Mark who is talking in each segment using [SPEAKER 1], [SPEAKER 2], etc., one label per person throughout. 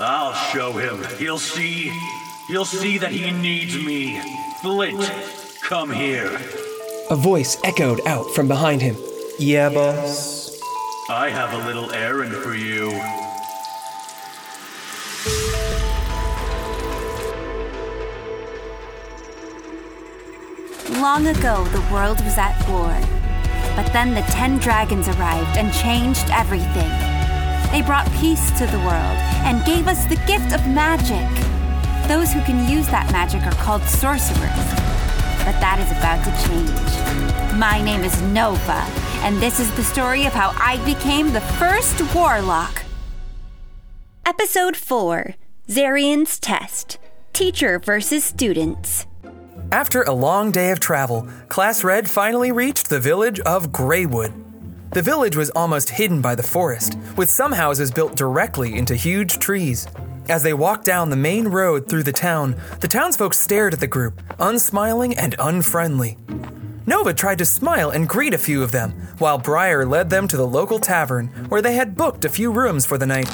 [SPEAKER 1] I'll show him. He'll see. He'll see that he needs me. Flint, come here.
[SPEAKER 2] A voice echoed out from behind him. Yeah, boss.
[SPEAKER 1] I have a little errand for you.
[SPEAKER 3] Long ago, the world was at war. But then the ten dragons arrived and changed everything. They brought peace to the world and gave us the gift of magic. Those who can use that magic are called sorcerers. But that is about to change. My name is Nova, and this is the story of how I became the first warlock. Episode 4 Zarian's Test Teacher versus Students.
[SPEAKER 4] After a long day of travel, Class Red finally reached the village of Greywood. The village was almost hidden by the forest, with some houses built directly into huge trees. As they walked down the main road through the town, the townsfolk stared at the group, unsmiling and unfriendly. Nova tried to smile and greet a few of them, while Briar led them to the local tavern where they had booked a few rooms for the night.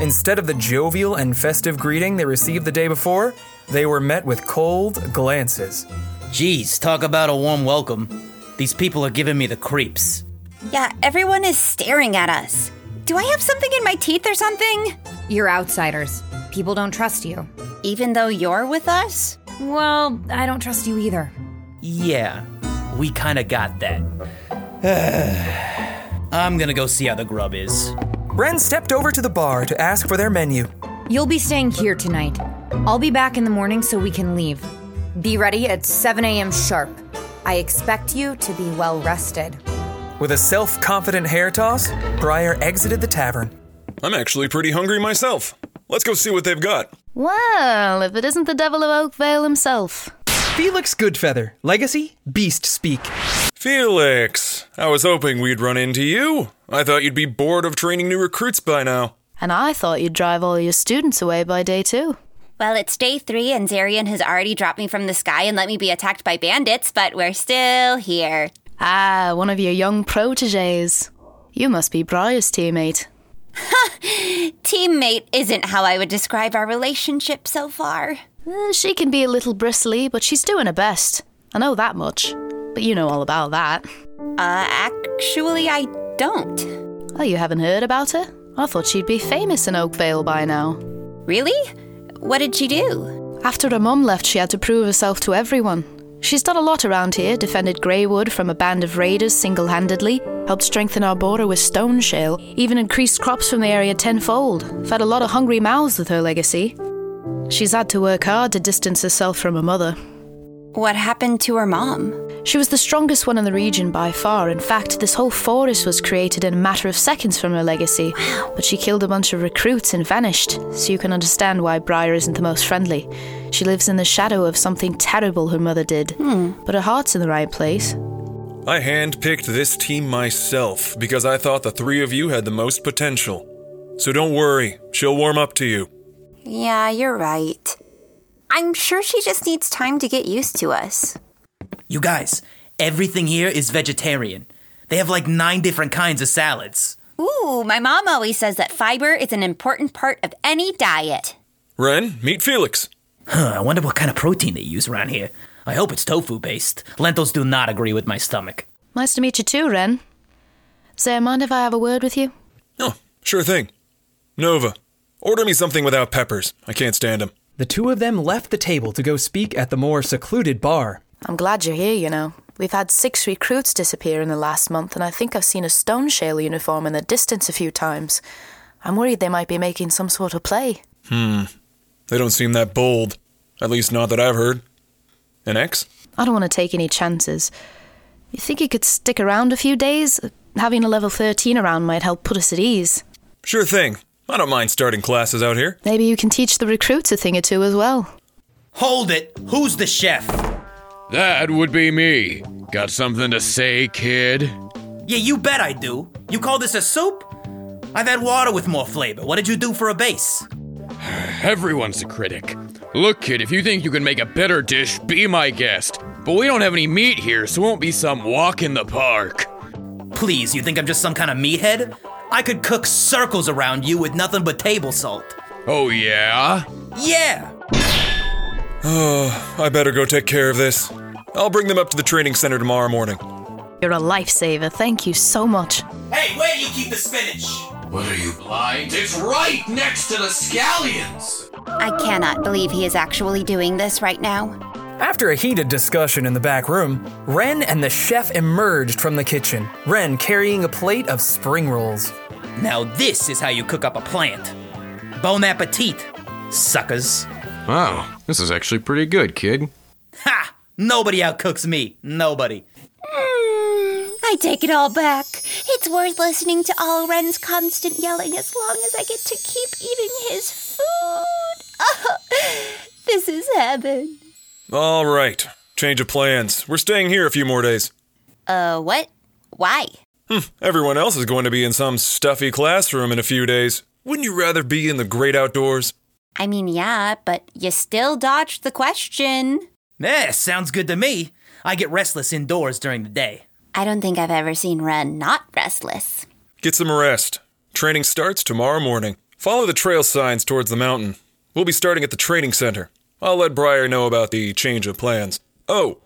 [SPEAKER 4] Instead of the jovial and festive greeting they received the day before, they were met with cold glances.
[SPEAKER 5] Geez, talk about a warm welcome. These people are giving me the creeps.
[SPEAKER 3] Yeah, everyone is staring at us. Do I have something in my teeth or something?
[SPEAKER 6] You're outsiders. People don't trust you.
[SPEAKER 3] Even though you're with us?
[SPEAKER 6] Well, I don't trust you either.
[SPEAKER 5] Yeah, we kinda got that. I'm gonna go see how the grub is.
[SPEAKER 4] Ren stepped over to the bar to ask for their menu.
[SPEAKER 6] You'll be staying here tonight. I'll be back in the morning so we can leave. Be ready at 7 a.m. sharp. I expect you to be well rested.
[SPEAKER 4] With a self confident hair toss, Briar exited the tavern.
[SPEAKER 7] I'm actually pretty hungry myself. Let's go see what they've got.
[SPEAKER 8] Well, if it isn't the Devil of Oakvale himself.
[SPEAKER 2] Felix Goodfeather, Legacy, Beast Speak.
[SPEAKER 7] Felix, I was hoping we'd run into you. I thought you'd be bored of training new recruits by now.
[SPEAKER 8] And I thought you'd drive all your students away by day two.
[SPEAKER 3] Well, it's day three, and Zarian has already dropped me from the sky and let me be attacked by bandits, but we're still here.
[SPEAKER 8] Ah, one of your young proteges. You must be Briar's teammate.
[SPEAKER 3] Teammate isn't how I would describe our relationship so far.
[SPEAKER 8] Eh, She can be a little bristly, but she's doing her best. I know that much. But you know all about that.
[SPEAKER 3] Uh, actually, I don't.
[SPEAKER 8] Oh, you haven't heard about her? I thought she'd be famous in Oakvale by now.
[SPEAKER 3] Really? What did she do?
[SPEAKER 8] After her mum left, she had to prove herself to everyone. She's done a lot around here, defended Greywood from a band of raiders single handedly, helped strengthen our border with stone shale, even increased crops from the area tenfold, fed a lot of hungry mouths with her legacy. She's had to work hard to distance herself from her mother.
[SPEAKER 3] What happened to her mom?
[SPEAKER 8] She was the strongest one in the region by far. In fact, this whole forest was created in a matter of seconds from her legacy. But she killed a bunch of recruits and vanished, so you can understand why Briar isn't the most friendly. She lives in the shadow of something terrible her mother did. But her heart's in the right place.
[SPEAKER 7] I handpicked this team myself because I thought the three of you had the most potential. So don't worry, she'll warm up to you.
[SPEAKER 3] Yeah, you're right. I'm sure she just needs time to get used to us.
[SPEAKER 5] You guys, everything here is vegetarian. They have like nine different kinds of salads.
[SPEAKER 3] Ooh, my mom always says that fiber is an important part of any diet.
[SPEAKER 7] Ren, meet Felix.
[SPEAKER 5] Huh, I wonder what kind of protein they use around here. I hope it's tofu based. Lentils do not agree with my stomach.
[SPEAKER 8] Nice to meet you too, Ren. Zare, mind if I have a word with you?
[SPEAKER 7] Oh, sure thing. Nova, order me something without peppers. I can't stand them.
[SPEAKER 2] The two of them left the table to go speak at the more secluded bar.
[SPEAKER 8] I'm glad you're here, you know. We've had six recruits disappear in the last month, and I think I've seen a stone shale uniform in the distance a few times. I'm worried they might be making some sort of play.
[SPEAKER 7] They don't seem that bold. At least not that I've heard. An X?
[SPEAKER 8] I don't want to take any chances. You think you could stick around a few days? Having a level 13 around might help put us at ease.
[SPEAKER 7] Sure thing. I don't mind starting classes out here.
[SPEAKER 8] Maybe you can teach the recruits a thing or two as well.
[SPEAKER 5] Hold it! Who's the chef?
[SPEAKER 9] That would be me. Got something to say, kid?
[SPEAKER 5] Yeah, you bet I do. You call this a soup? I've had water with more flavor. What did you do for a base?
[SPEAKER 9] Everyone's a critic. Look, kid, if you think you can make a better dish, be my guest. But we don't have any meat here, so it won't be some walk in the park.
[SPEAKER 5] Please, you think I'm just some kind of meathead? I could cook circles around you with nothing but table salt.
[SPEAKER 10] Oh, yeah?
[SPEAKER 5] Yeah!
[SPEAKER 7] I better go take care of this. I'll bring them up to the training center tomorrow morning.
[SPEAKER 8] You're a lifesaver. Thank you so much.
[SPEAKER 5] Hey, where you keep the spinach?
[SPEAKER 10] What are you blind? It's right next to the scallions!
[SPEAKER 11] I cannot believe he is actually doing this right now.
[SPEAKER 4] After a heated discussion in the back room, Ren and the chef emerged from the kitchen, Ren carrying a plate of spring rolls.
[SPEAKER 5] Now, this is how you cook up a plant. Bon appetit, suckers.
[SPEAKER 10] Wow, this is actually pretty good, kid.
[SPEAKER 5] Ha! Nobody outcooks me. Nobody.
[SPEAKER 3] I take it all back. It's worth listening to all Ren's constant yelling as long as I get to keep eating his food. this is heaven.
[SPEAKER 7] All right, change of plans. We're staying here a few more days. Hmm.
[SPEAKER 3] Uh, what? Why?
[SPEAKER 7] Everyone else is going to be in some stuffy classroom in a few days. Wouldn't you rather be in the great outdoors?
[SPEAKER 3] I mean, yeah, but you still dodged the question.
[SPEAKER 5] Yeah, Eh, sounds good to me. I get restless indoors during the day.
[SPEAKER 3] I don't think I've ever seen Ren not restless.
[SPEAKER 7] Get some rest. Training starts tomorrow morning. Follow the trail signs towards the mountain. We'll be starting at the training center. I'll let Briar know about the change of plans. Oh,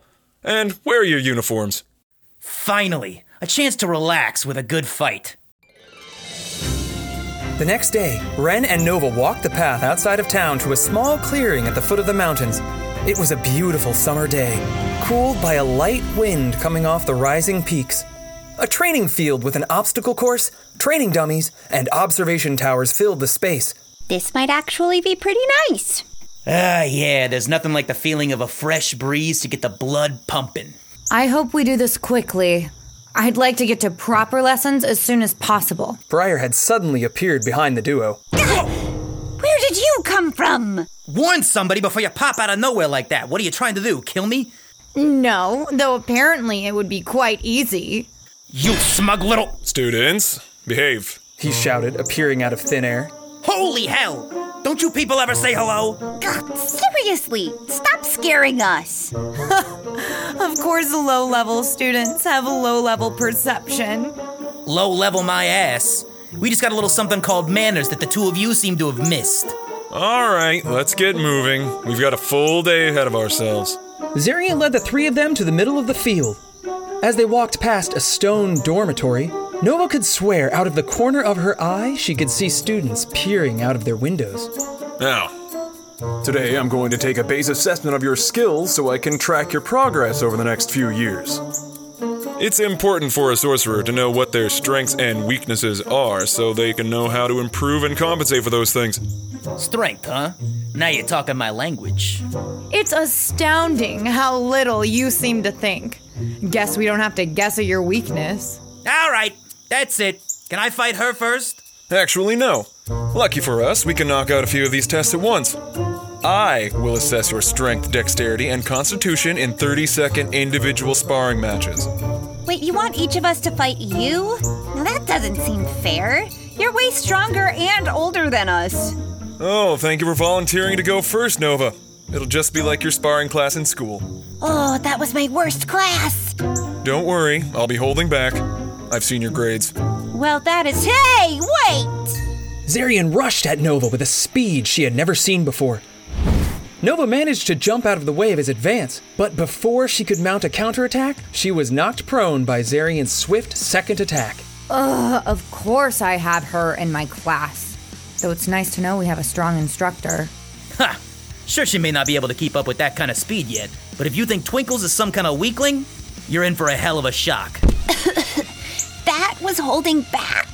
[SPEAKER 7] and wear your uniforms.
[SPEAKER 5] Finally, a chance to relax with a good fight.
[SPEAKER 4] The next day, Ren and Nova walked the path outside of town to a small clearing at the foot of the mountains. It was a beautiful summer day, cooled by a light wind coming off the rising peaks. A training field with an obstacle course, training dummies, and observation towers filled the space.
[SPEAKER 3] This might actually be pretty nice.
[SPEAKER 5] Ah, yeah, there's nothing like the feeling of a fresh breeze to get the blood pumping.
[SPEAKER 6] I hope we do this quickly. I'd like to get to proper lessons as soon as possible.
[SPEAKER 4] Briar had suddenly appeared behind the duo.
[SPEAKER 3] Where did you come from?
[SPEAKER 5] Warn somebody before you pop out of nowhere like that. What are you trying to do? Kill me?
[SPEAKER 6] No, though apparently it would be quite easy.
[SPEAKER 5] You smug little.
[SPEAKER 7] Students, behave.
[SPEAKER 4] He shouted, appearing out of thin air.
[SPEAKER 5] Holy hell! Don't you people ever say hello?
[SPEAKER 3] Ugh, seriously, stop scaring us.
[SPEAKER 6] Of course, low level students have low level perception.
[SPEAKER 5] Low level my ass. We just got a little something called manners that the two of you seem to have missed.
[SPEAKER 7] All right, let's get moving. We've got a full day ahead of ourselves.
[SPEAKER 4] Zarian led the three of them to the middle of the field. As they walked past a stone dormitory, Nova could swear out of the corner of her eye she could see students peering out of their windows.
[SPEAKER 7] Now,
[SPEAKER 12] Today, I'm going to take a base assessment of your skills so I can track your progress over the next few years.
[SPEAKER 7] It's important for a sorcerer to know what their strengths and weaknesses are so they can know how to improve and compensate for those things.
[SPEAKER 5] Strength, huh? Now you're talking my language.
[SPEAKER 6] It's astounding how little you seem to think. Guess we don't have to guess at your weakness.
[SPEAKER 5] All right, that's it. Can I fight her first?
[SPEAKER 7] Actually, no. Lucky for us, we can knock out a few of these tests at once. I will assess your strength, dexterity, and constitution in 30 second individual sparring matches.
[SPEAKER 3] Wait, you want each of us to fight you? Now that doesn't seem fair. You're way stronger and older than us.
[SPEAKER 7] Oh, thank you for volunteering to go first, Nova. It'll just be like your sparring class in school.
[SPEAKER 3] Oh, that was my worst class.
[SPEAKER 7] Don't worry, I'll be holding back. I've seen your grades.
[SPEAKER 3] Well, that is. Hey, wait!
[SPEAKER 4] Zarian rushed at Nova with a speed she had never seen before. Nova managed to jump out of the way of his advance, but before she could mount a counterattack, she was knocked prone by Zarian's swift second attack.
[SPEAKER 6] Of course, I have her in my class. Though it's nice to know we have a strong instructor.
[SPEAKER 5] Ha! Sure, she may not be able to keep up with that kind of speed yet, but if you think Twinkles is some kind of weakling, you're in for a hell of a shock.
[SPEAKER 3] That was holding back.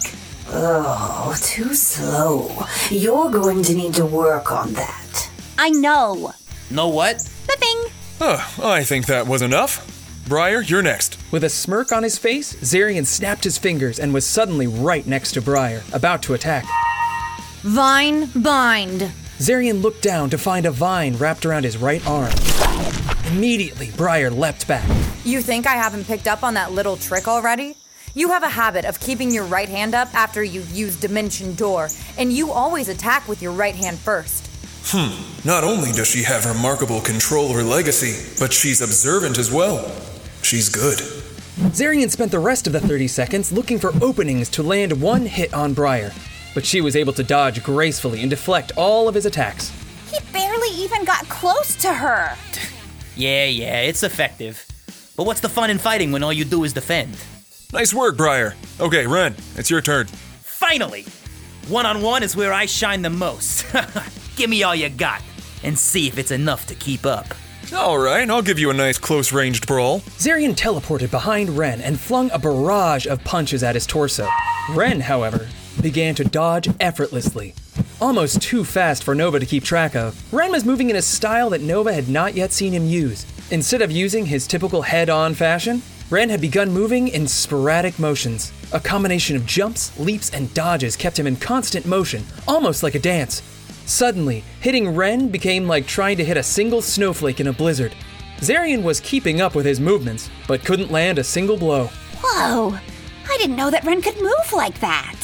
[SPEAKER 13] Oh, Too slow. You're going to need to work on that.
[SPEAKER 3] I know.
[SPEAKER 5] Know what?
[SPEAKER 3] Bing.
[SPEAKER 7] Oh, I think that was enough. Briar, you're next.
[SPEAKER 4] With a smirk on his face, Zarian snapped his fingers and was suddenly right next to Briar, about to attack.
[SPEAKER 6] Vine bind.
[SPEAKER 4] Zarian looked down to find a vine wrapped around his right arm. Immediately, Briar leapt back.
[SPEAKER 6] You think I haven't picked up on that little trick already? You have a habit of keeping your right hand up after you use Dimension Door, and you always attack with your right hand first.
[SPEAKER 7] Not only does she have remarkable control or legacy, but she's observant as well. She's good.
[SPEAKER 4] Zarian spent the rest of the 30 seconds looking for openings to land one hit on Briar. but she was able to dodge gracefully and deflect all of his attacks.
[SPEAKER 14] He barely even got close to her.
[SPEAKER 5] Yeah, yeah, it's effective. But what's the fun in fighting when all you do is defend?
[SPEAKER 7] Nice work, Briar. Okay, Ren, it's your turn.
[SPEAKER 5] Finally! One on one is where I shine the most. Give me all you got and see if it's enough to keep up.
[SPEAKER 7] All right, I'll give you a nice close ranged brawl.
[SPEAKER 4] Zarian teleported behind Ren and flung a barrage of punches at his torso. Ren, however, began to dodge effortlessly. Almost too fast for Nova to keep track of, Ren was moving in a style that Nova had not yet seen him use. Instead of using his typical head on fashion, Ren had begun moving in sporadic motions. A combination of jumps, leaps, and dodges kept him in constant motion, almost like a dance. Suddenly, hitting Ren became like trying to hit a single snowflake in a blizzard. Zarian was keeping up with his movements, but couldn't land a single blow.
[SPEAKER 3] Whoa! I didn't know that Ren could move like that.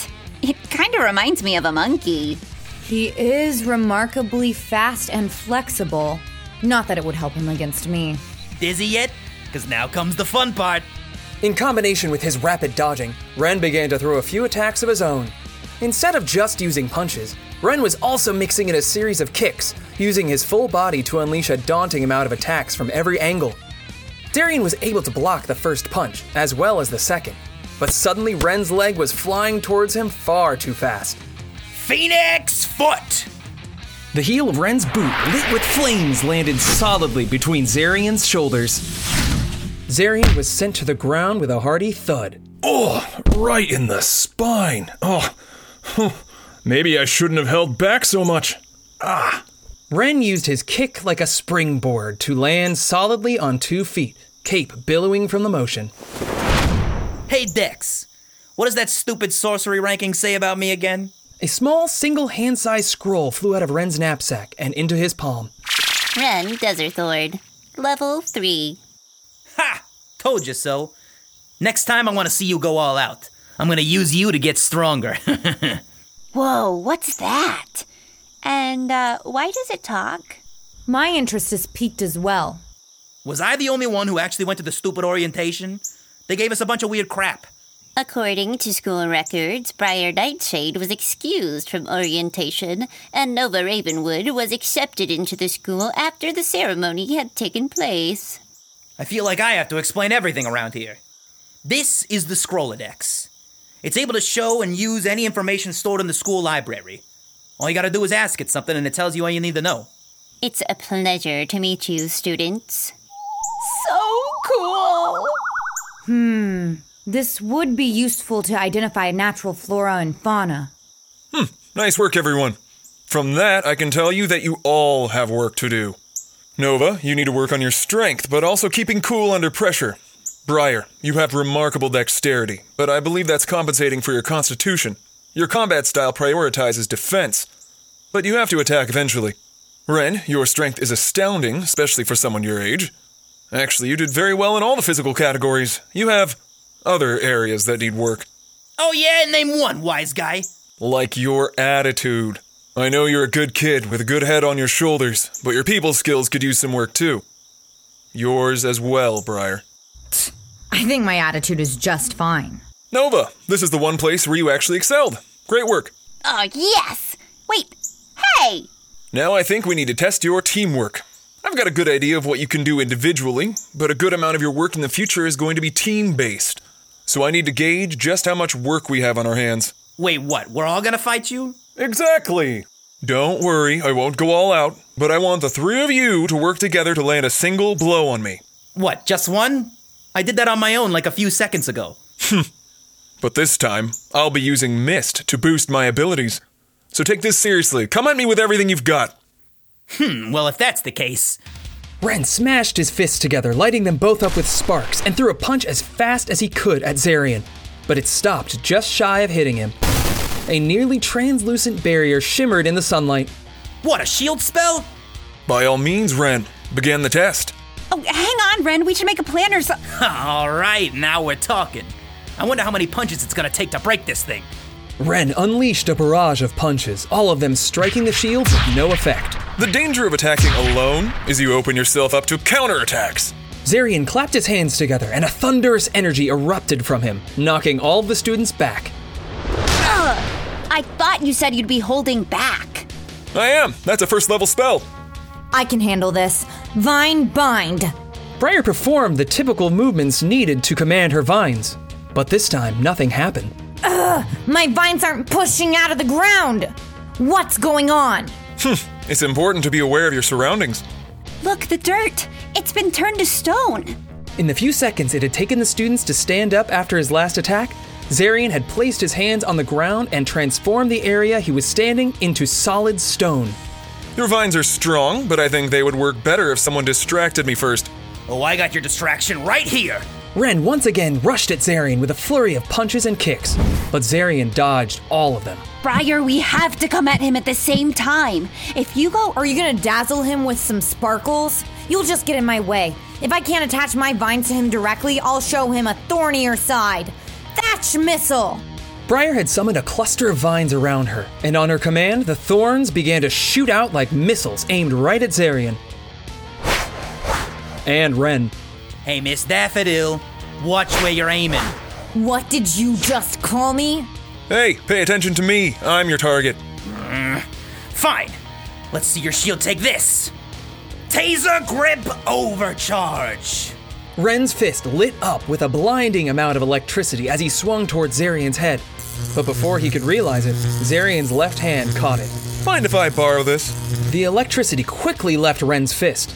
[SPEAKER 3] It kind of reminds me of a monkey.
[SPEAKER 6] He is remarkably fast and flexible. Not that it would help him against me.
[SPEAKER 5] Dizzy yet? Because now comes the fun part.
[SPEAKER 15] In combination with his rapid dodging,
[SPEAKER 4] Ren began to throw a few attacks of his own. Instead of just using punches, Ren was also mixing in a series of kicks, using his full body to unleash a daunting amount of attacks from every angle. Darian was able to block the first punch, as well as the second, but suddenly Ren's leg was flying towards him far too fast.
[SPEAKER 5] Phoenix foot!
[SPEAKER 4] The heel of Ren's boot, lit with flames, landed solidly between Zarian's shoulders. Zarian was sent to the ground with a hearty thud.
[SPEAKER 16] Oh, right in the spine. Oh, huh. maybe I shouldn't have held back so much.
[SPEAKER 4] Ah! Ren used his kick like a springboard to land solidly on two feet, cape billowing from the motion.
[SPEAKER 5] Hey, Dex, what does that stupid sorcery ranking say about me again?
[SPEAKER 4] A small, single hand sized scroll flew out of Ren's knapsack and into his palm.
[SPEAKER 14] Ren Deserthord, level 3.
[SPEAKER 5] Told you so. Next time I want to see you go all out. I'm going to use you to get stronger.
[SPEAKER 14] Whoa, what's that? And uh, why does it talk?
[SPEAKER 6] My interest is piqued as well.
[SPEAKER 5] Was I the only one who actually went to the stupid orientation? They gave us a bunch of weird crap.
[SPEAKER 14] According to school records, Briar Nightshade was excused from orientation, and Nova Ravenwood was accepted into the school after the ceremony had taken place.
[SPEAKER 5] I feel like I have to explain everything around here. This is the Scrolodex. It's able to show and use any information stored in the school library. All you gotta do is ask it something and it tells you all you need to know.
[SPEAKER 14] It's a pleasure to meet you, students.
[SPEAKER 17] So cool!
[SPEAKER 6] Hmm. This would be useful to identify natural flora and fauna.
[SPEAKER 7] Nice work, everyone. From that, I can tell you that you all have work to do. Nova, you need to work on your strength, but also keeping cool under pressure. Briar, you have remarkable dexterity, but I believe that's compensating for your constitution. Your combat style prioritizes defense, but you have to attack eventually. Ren, your strength is astounding, especially for someone your age. Actually, you did very well in all the physical categories. You have other areas that need work,
[SPEAKER 5] Oh, yeah, name one, wise guy.
[SPEAKER 7] like your attitude. I know you're a good kid with a good head on your shoulders, but your people skills could use some work too. Yours as well, Briar.
[SPEAKER 6] I think my attitude is just fine.
[SPEAKER 7] Nova, this is the one place where you actually excelled. Great work.
[SPEAKER 14] Oh, yes! Wait, hey!
[SPEAKER 7] Now I think we need to test your teamwork. I've got a good idea of what you can do individually, but a good amount of your work in the future is going to be team based. So I need to gauge just how much work we have on our hands.
[SPEAKER 5] Wait, what? We're all gonna fight you?
[SPEAKER 7] Exactly! Don't worry, I won't go all out, but I want the three of you to work together to land a single blow on me.
[SPEAKER 5] What, just one? I did that on my own like a few seconds ago.
[SPEAKER 7] But this time, I'll be using Mist to boost my abilities. So take this seriously. Come at me with everything you've got.
[SPEAKER 5] Hmm, well, if that's the case.
[SPEAKER 4] Ren smashed his fists together, lighting them both up with sparks, and threw a punch as fast as he could at Zarian. But it stopped just shy of hitting him. A nearly translucent barrier shimmered in the sunlight.
[SPEAKER 5] What, a shield spell?
[SPEAKER 7] By all means, Ren, begin the test.
[SPEAKER 3] Oh, hang on, Ren. We should make a plan or something.
[SPEAKER 5] all right, now we're talking. I wonder how many punches it's gonna take to break this thing.
[SPEAKER 4] Ren unleashed a barrage of punches, all of them striking the shields with no effect.
[SPEAKER 7] The danger of attacking alone is you open yourself up to counterattacks.
[SPEAKER 4] Zarian clapped his hands together, and a thunderous energy erupted from him, knocking all of the students back.
[SPEAKER 14] Ugh!
[SPEAKER 3] I thought you said you'd be holding back.
[SPEAKER 7] I am. That's a first level spell.
[SPEAKER 6] I can handle this. Vine bind.
[SPEAKER 4] Briar performed the typical movements needed to command her vines, but this time nothing happened.
[SPEAKER 6] Ugh, my vines aren't pushing out of the ground. What's going on?
[SPEAKER 7] Hmm. It's important to be aware of your surroundings.
[SPEAKER 3] Look, the dirt. It's been turned to stone.
[SPEAKER 4] In the few seconds it had taken the students to stand up after his last attack, Zarian had placed his hands on the ground and transformed the area he was standing into solid stone.
[SPEAKER 7] Your vines are strong, but I think they would work better if someone distracted me first.
[SPEAKER 5] Oh, I got your distraction right here.
[SPEAKER 4] Ren once again rushed at Zarian with a flurry of punches and kicks, but Zarian dodged all of them.
[SPEAKER 3] Briar, we have to come at him at the same time. If you go.
[SPEAKER 6] Are you gonna dazzle him with some sparkles? You'll just get in my way. If I can't attach my vines to him directly, I'll show him a thornier side. Thatch missile!
[SPEAKER 4] Briar had summoned a cluster of vines around her, and on her command, the thorns began to shoot out like missiles aimed right at Zarian. And Ren.
[SPEAKER 5] Hey, Miss Daffodil, watch where you're aiming.
[SPEAKER 6] What did you just call me?
[SPEAKER 7] Hey, pay attention to me. I'm your target.
[SPEAKER 5] Fine. Let's see your shield take this. Taser grip overcharge.
[SPEAKER 4] Ren's fist lit up with a blinding amount of electricity as he swung towards Zarian's head. But before he could realize it, Zarian's left hand caught it.
[SPEAKER 7] Mind if I borrow this?
[SPEAKER 4] The electricity quickly left Ren's fist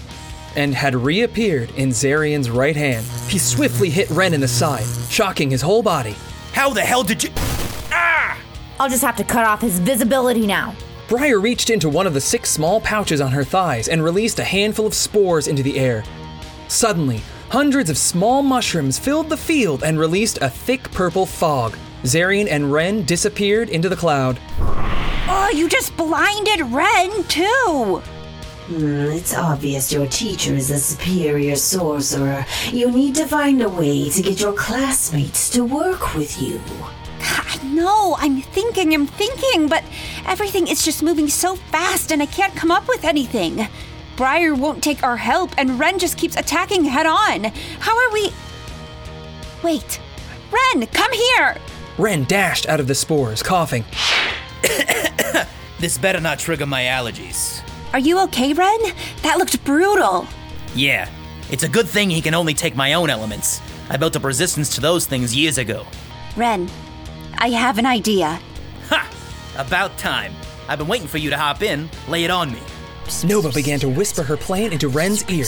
[SPEAKER 4] and had reappeared in Zarian's right hand. He swiftly hit Ren in the side, shocking his whole body.
[SPEAKER 5] How the hell did you.
[SPEAKER 6] I'll just have to cut off his visibility now.
[SPEAKER 4] Briar reached into one of the six small pouches on her thighs and released a handful of spores into the air. Suddenly, hundreds of small mushrooms filled the field and released a thick purple fog. Zarian and Ren disappeared into the cloud.
[SPEAKER 3] Oh, you just blinded Ren, too.
[SPEAKER 17] Hmm, it's obvious your teacher is a superior sorcerer. You need to find a way to get your classmates to work with you.
[SPEAKER 3] I know, I'm thinking, I'm thinking, but everything is just moving so fast and I can't come up with anything. Briar won't take our help and Ren just keeps attacking head on. How are we. Wait. Ren, come here!
[SPEAKER 4] Ren dashed out of the spores, coughing.
[SPEAKER 5] This better not trigger my allergies.
[SPEAKER 3] Are you okay, Ren? That looked brutal.
[SPEAKER 5] Yeah, it's a good thing he can only take my own elements. I built up resistance to those things years ago.
[SPEAKER 3] Ren, I have an idea.
[SPEAKER 5] Ha! About time. I've been waiting for you to hop in. Lay it on me.
[SPEAKER 4] Nova began to whisper her plan into Ren's ear.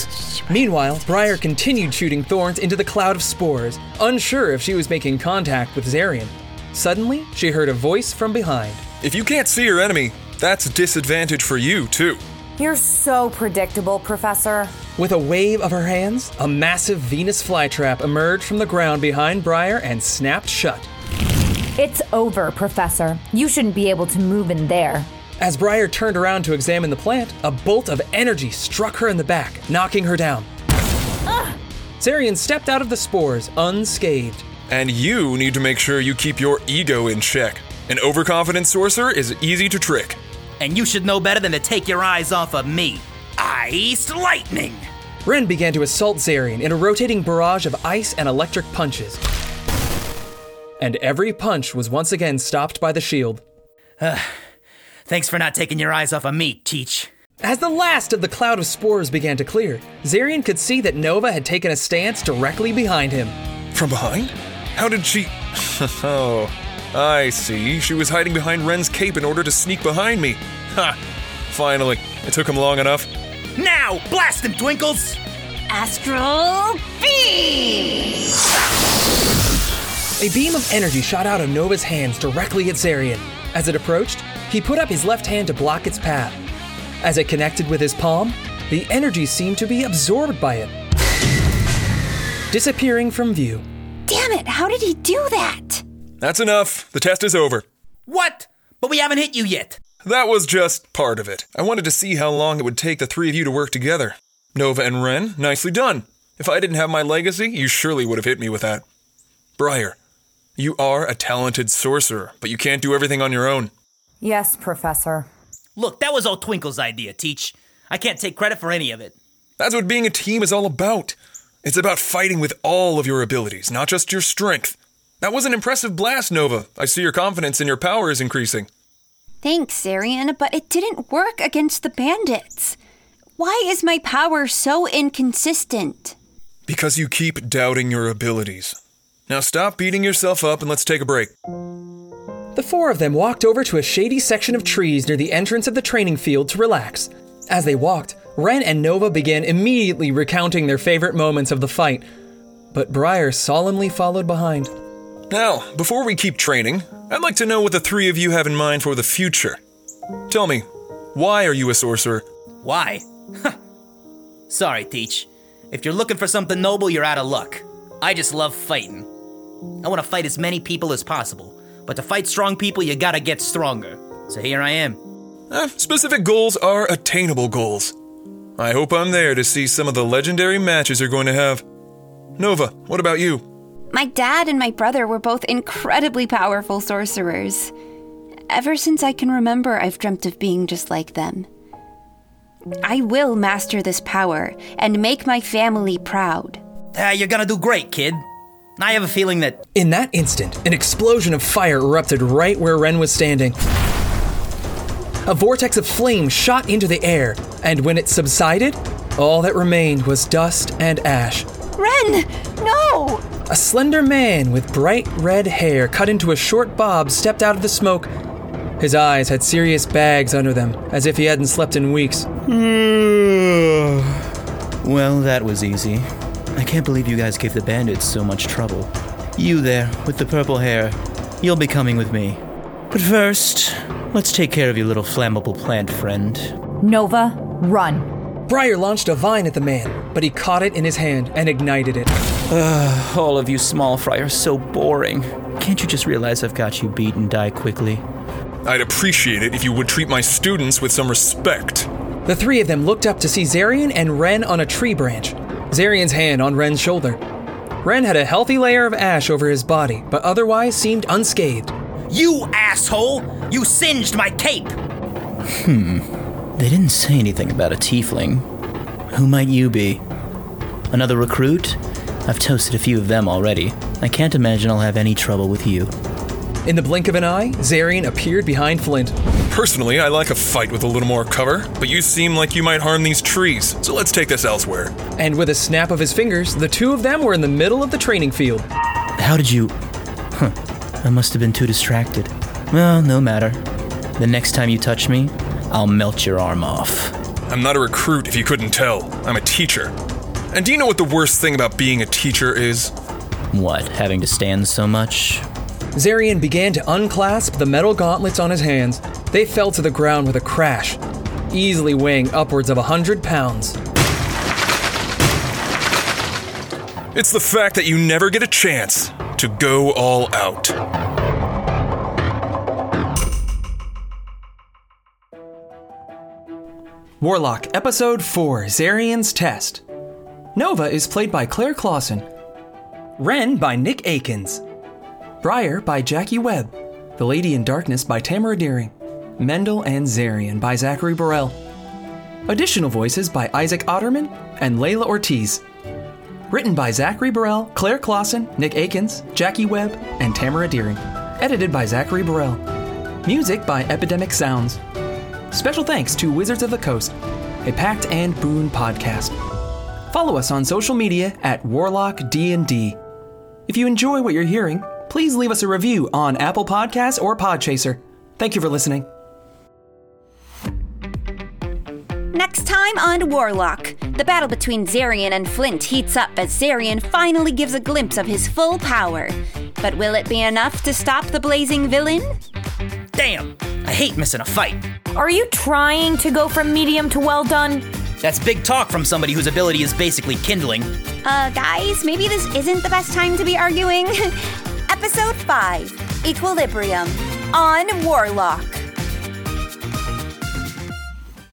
[SPEAKER 4] Meanwhile, Briar continued shooting thorns into the cloud of spores, unsure if she was making contact with Zarian. Suddenly, she heard a voice from behind.
[SPEAKER 7] If you can't see your enemy, that's a disadvantage for you, too.
[SPEAKER 6] You're so predictable, Professor.
[SPEAKER 4] With a wave of her hands, a massive Venus flytrap emerged from the ground behind Briar and snapped shut.
[SPEAKER 6] It's over, Professor. You shouldn't be able to move in there.
[SPEAKER 4] As Briar turned around to examine the plant, a bolt of energy struck her in the back, knocking her down. Zarian stepped out of the spores, unscathed.
[SPEAKER 7] And you need to make sure you keep your ego in check. An overconfident sorcerer is easy to trick.
[SPEAKER 5] And you should know better than to take your eyes off of me. Ice lightning!
[SPEAKER 4] Ren began to assault Zarian in a rotating barrage of ice and electric punches. And every punch was once again stopped by the shield.
[SPEAKER 5] Thanks for not taking your eyes off of me, Teach.
[SPEAKER 4] As the last of the cloud of spores began to clear, Zarian could see that Nova had taken a stance directly behind him.
[SPEAKER 7] From behind? How did she. oh, I see. She was hiding behind Ren's cape in order to sneak behind me. Ha! Finally. It took him long enough.
[SPEAKER 5] Now, blast him, Twinkles!
[SPEAKER 3] Astral Beam!
[SPEAKER 4] A beam of energy shot out of Nova's hands directly at Zarian. As it approached, he put up his left hand to block its path. As it connected with his palm, the energy seemed to be absorbed by it, disappearing from view.
[SPEAKER 3] Damn it, how did he do that?
[SPEAKER 7] That's enough. The test is over.
[SPEAKER 5] What? But we haven't hit you yet.
[SPEAKER 7] That was just part of it. I wanted to see how long it would take the three of you to work together. Nova and Ren, nicely done. If I didn't have my legacy, you surely would have hit me with that. Briar, you are a talented sorcerer, but you can't do everything on your own.
[SPEAKER 6] Yes, Professor.
[SPEAKER 5] Look, that was all Twinkle's idea, Teach. I can't take credit for any of it.
[SPEAKER 7] That's what being a team is all about. It's about fighting with all of your abilities, not just your strength. That was an impressive blast, Nova. I see your confidence in your power is increasing.
[SPEAKER 3] Thanks, Arian, but it didn't work against the bandits. Why is my power so inconsistent?
[SPEAKER 7] Because you keep doubting your abilities. Now stop beating yourself up and let's take a break.
[SPEAKER 4] The four of them walked over to a shady section of trees near the entrance of the training field to relax. As they walked, Ren and Nova began immediately recounting their favorite moments of the fight, but Briar solemnly followed behind.
[SPEAKER 7] Now, before we keep training, I'd like to know what the three of you have in mind for the future. Tell me, why are you a sorcerer?
[SPEAKER 5] Why? Sorry, Teach. If you're looking for something noble, you're out of luck. I just love fighting. I want to fight as many people as possible, but to fight strong people, you gotta get stronger. So here I am.
[SPEAKER 7] Eh, specific goals are attainable goals. I hope I'm there to see some of the legendary matches you're going to have. Nova, what about you?
[SPEAKER 3] My dad and my brother were both incredibly powerful sorcerers. Ever since I can remember, I've dreamt of being just like them. I will master this power and make my family proud.
[SPEAKER 5] Ah, you're gonna do great, kid. I have a feeling that.
[SPEAKER 4] In that instant, an explosion of fire erupted right where Ren was standing. A vortex of flame shot into the air, and when it subsided, all that remained was dust and ash.
[SPEAKER 3] Ren! No!
[SPEAKER 4] A slender man with bright red hair cut into a short bob stepped out of the smoke. His eyes had serious bags under them, as if he hadn't slept in weeks.
[SPEAKER 5] well, that was easy. I can't believe you guys gave the bandits so much trouble. You there, with the purple hair, you'll be coming with me. But first, let's take care of your little flammable plant friend.
[SPEAKER 4] Nova, run. Briar launched a vine at the man, but he caught it in his hand and ignited it.
[SPEAKER 5] Ugh, all of you small fry are so boring. Can't you just realize I've got you beat and die quickly?
[SPEAKER 7] I'd appreciate it if you would treat my students with some respect.
[SPEAKER 4] The three of them looked up to see Zarian and Ren on a tree branch, Zarian's hand on Ren's shoulder. Ren had a healthy layer of ash over his body, but otherwise seemed unscathed.
[SPEAKER 5] You asshole! You singed my cape!
[SPEAKER 18] Hmm. They didn't say anything about a tiefling. Who might you be?
[SPEAKER 5] Another recruit?
[SPEAKER 18] I've toasted a few of them already. I can't imagine I'll have any trouble with you.
[SPEAKER 4] In the blink of an eye, Zarian appeared behind Flint.
[SPEAKER 7] Personally, I like a fight with a little more cover, but you seem like you might harm these trees, so let's take this elsewhere.
[SPEAKER 4] And with a snap of his fingers, the two of them were in the middle of the training field.
[SPEAKER 18] How did you. Huh. I must have been too distracted. Well, no matter. The next time you touch me, I'll melt your arm off.
[SPEAKER 7] I'm not a recruit if you couldn't tell. I'm a teacher. And do you know what the worst thing about being a teacher is?
[SPEAKER 18] What, having to stand so much?
[SPEAKER 4] Zarian began to unclasp the metal gauntlets on his hands. They fell to the ground with a crash, easily weighing upwards of a hundred pounds.
[SPEAKER 7] It's the fact that you never get a chance to go all out.
[SPEAKER 4] Warlock, Episode 4 Zarian's Test. Nova is played by Claire Clausen. Ren by Nick Akins. Briar by Jackie Webb. The Lady in Darkness by Tamara Deering. Mendel and Zarian by Zachary Burrell. Additional voices by Isaac Otterman and Layla Ortiz. Written by Zachary Burrell, Claire Clausen, Nick Akins, Jackie Webb, and Tamara Deering. Edited by Zachary Burrell. Music by Epidemic Sounds. Special thanks to Wizards of the Coast, a Pact and Boon podcast. Follow us on social media at Warlock D&D. If you enjoy what you're hearing, please leave us a review on Apple Podcasts or Podchaser. Thank you for listening.
[SPEAKER 3] Next time on Warlock, the battle between Zarian and Flint heats up as Zarian finally gives a glimpse of his full power. But will it be enough to stop the blazing villain?
[SPEAKER 5] Damn! I hate missing a fight.
[SPEAKER 6] Are you trying to go from medium to well done?
[SPEAKER 5] That's big talk from somebody whose ability is basically kindling.
[SPEAKER 3] Uh, guys, maybe this isn't the best time to be arguing. Episode 5 Equilibrium on Warlock.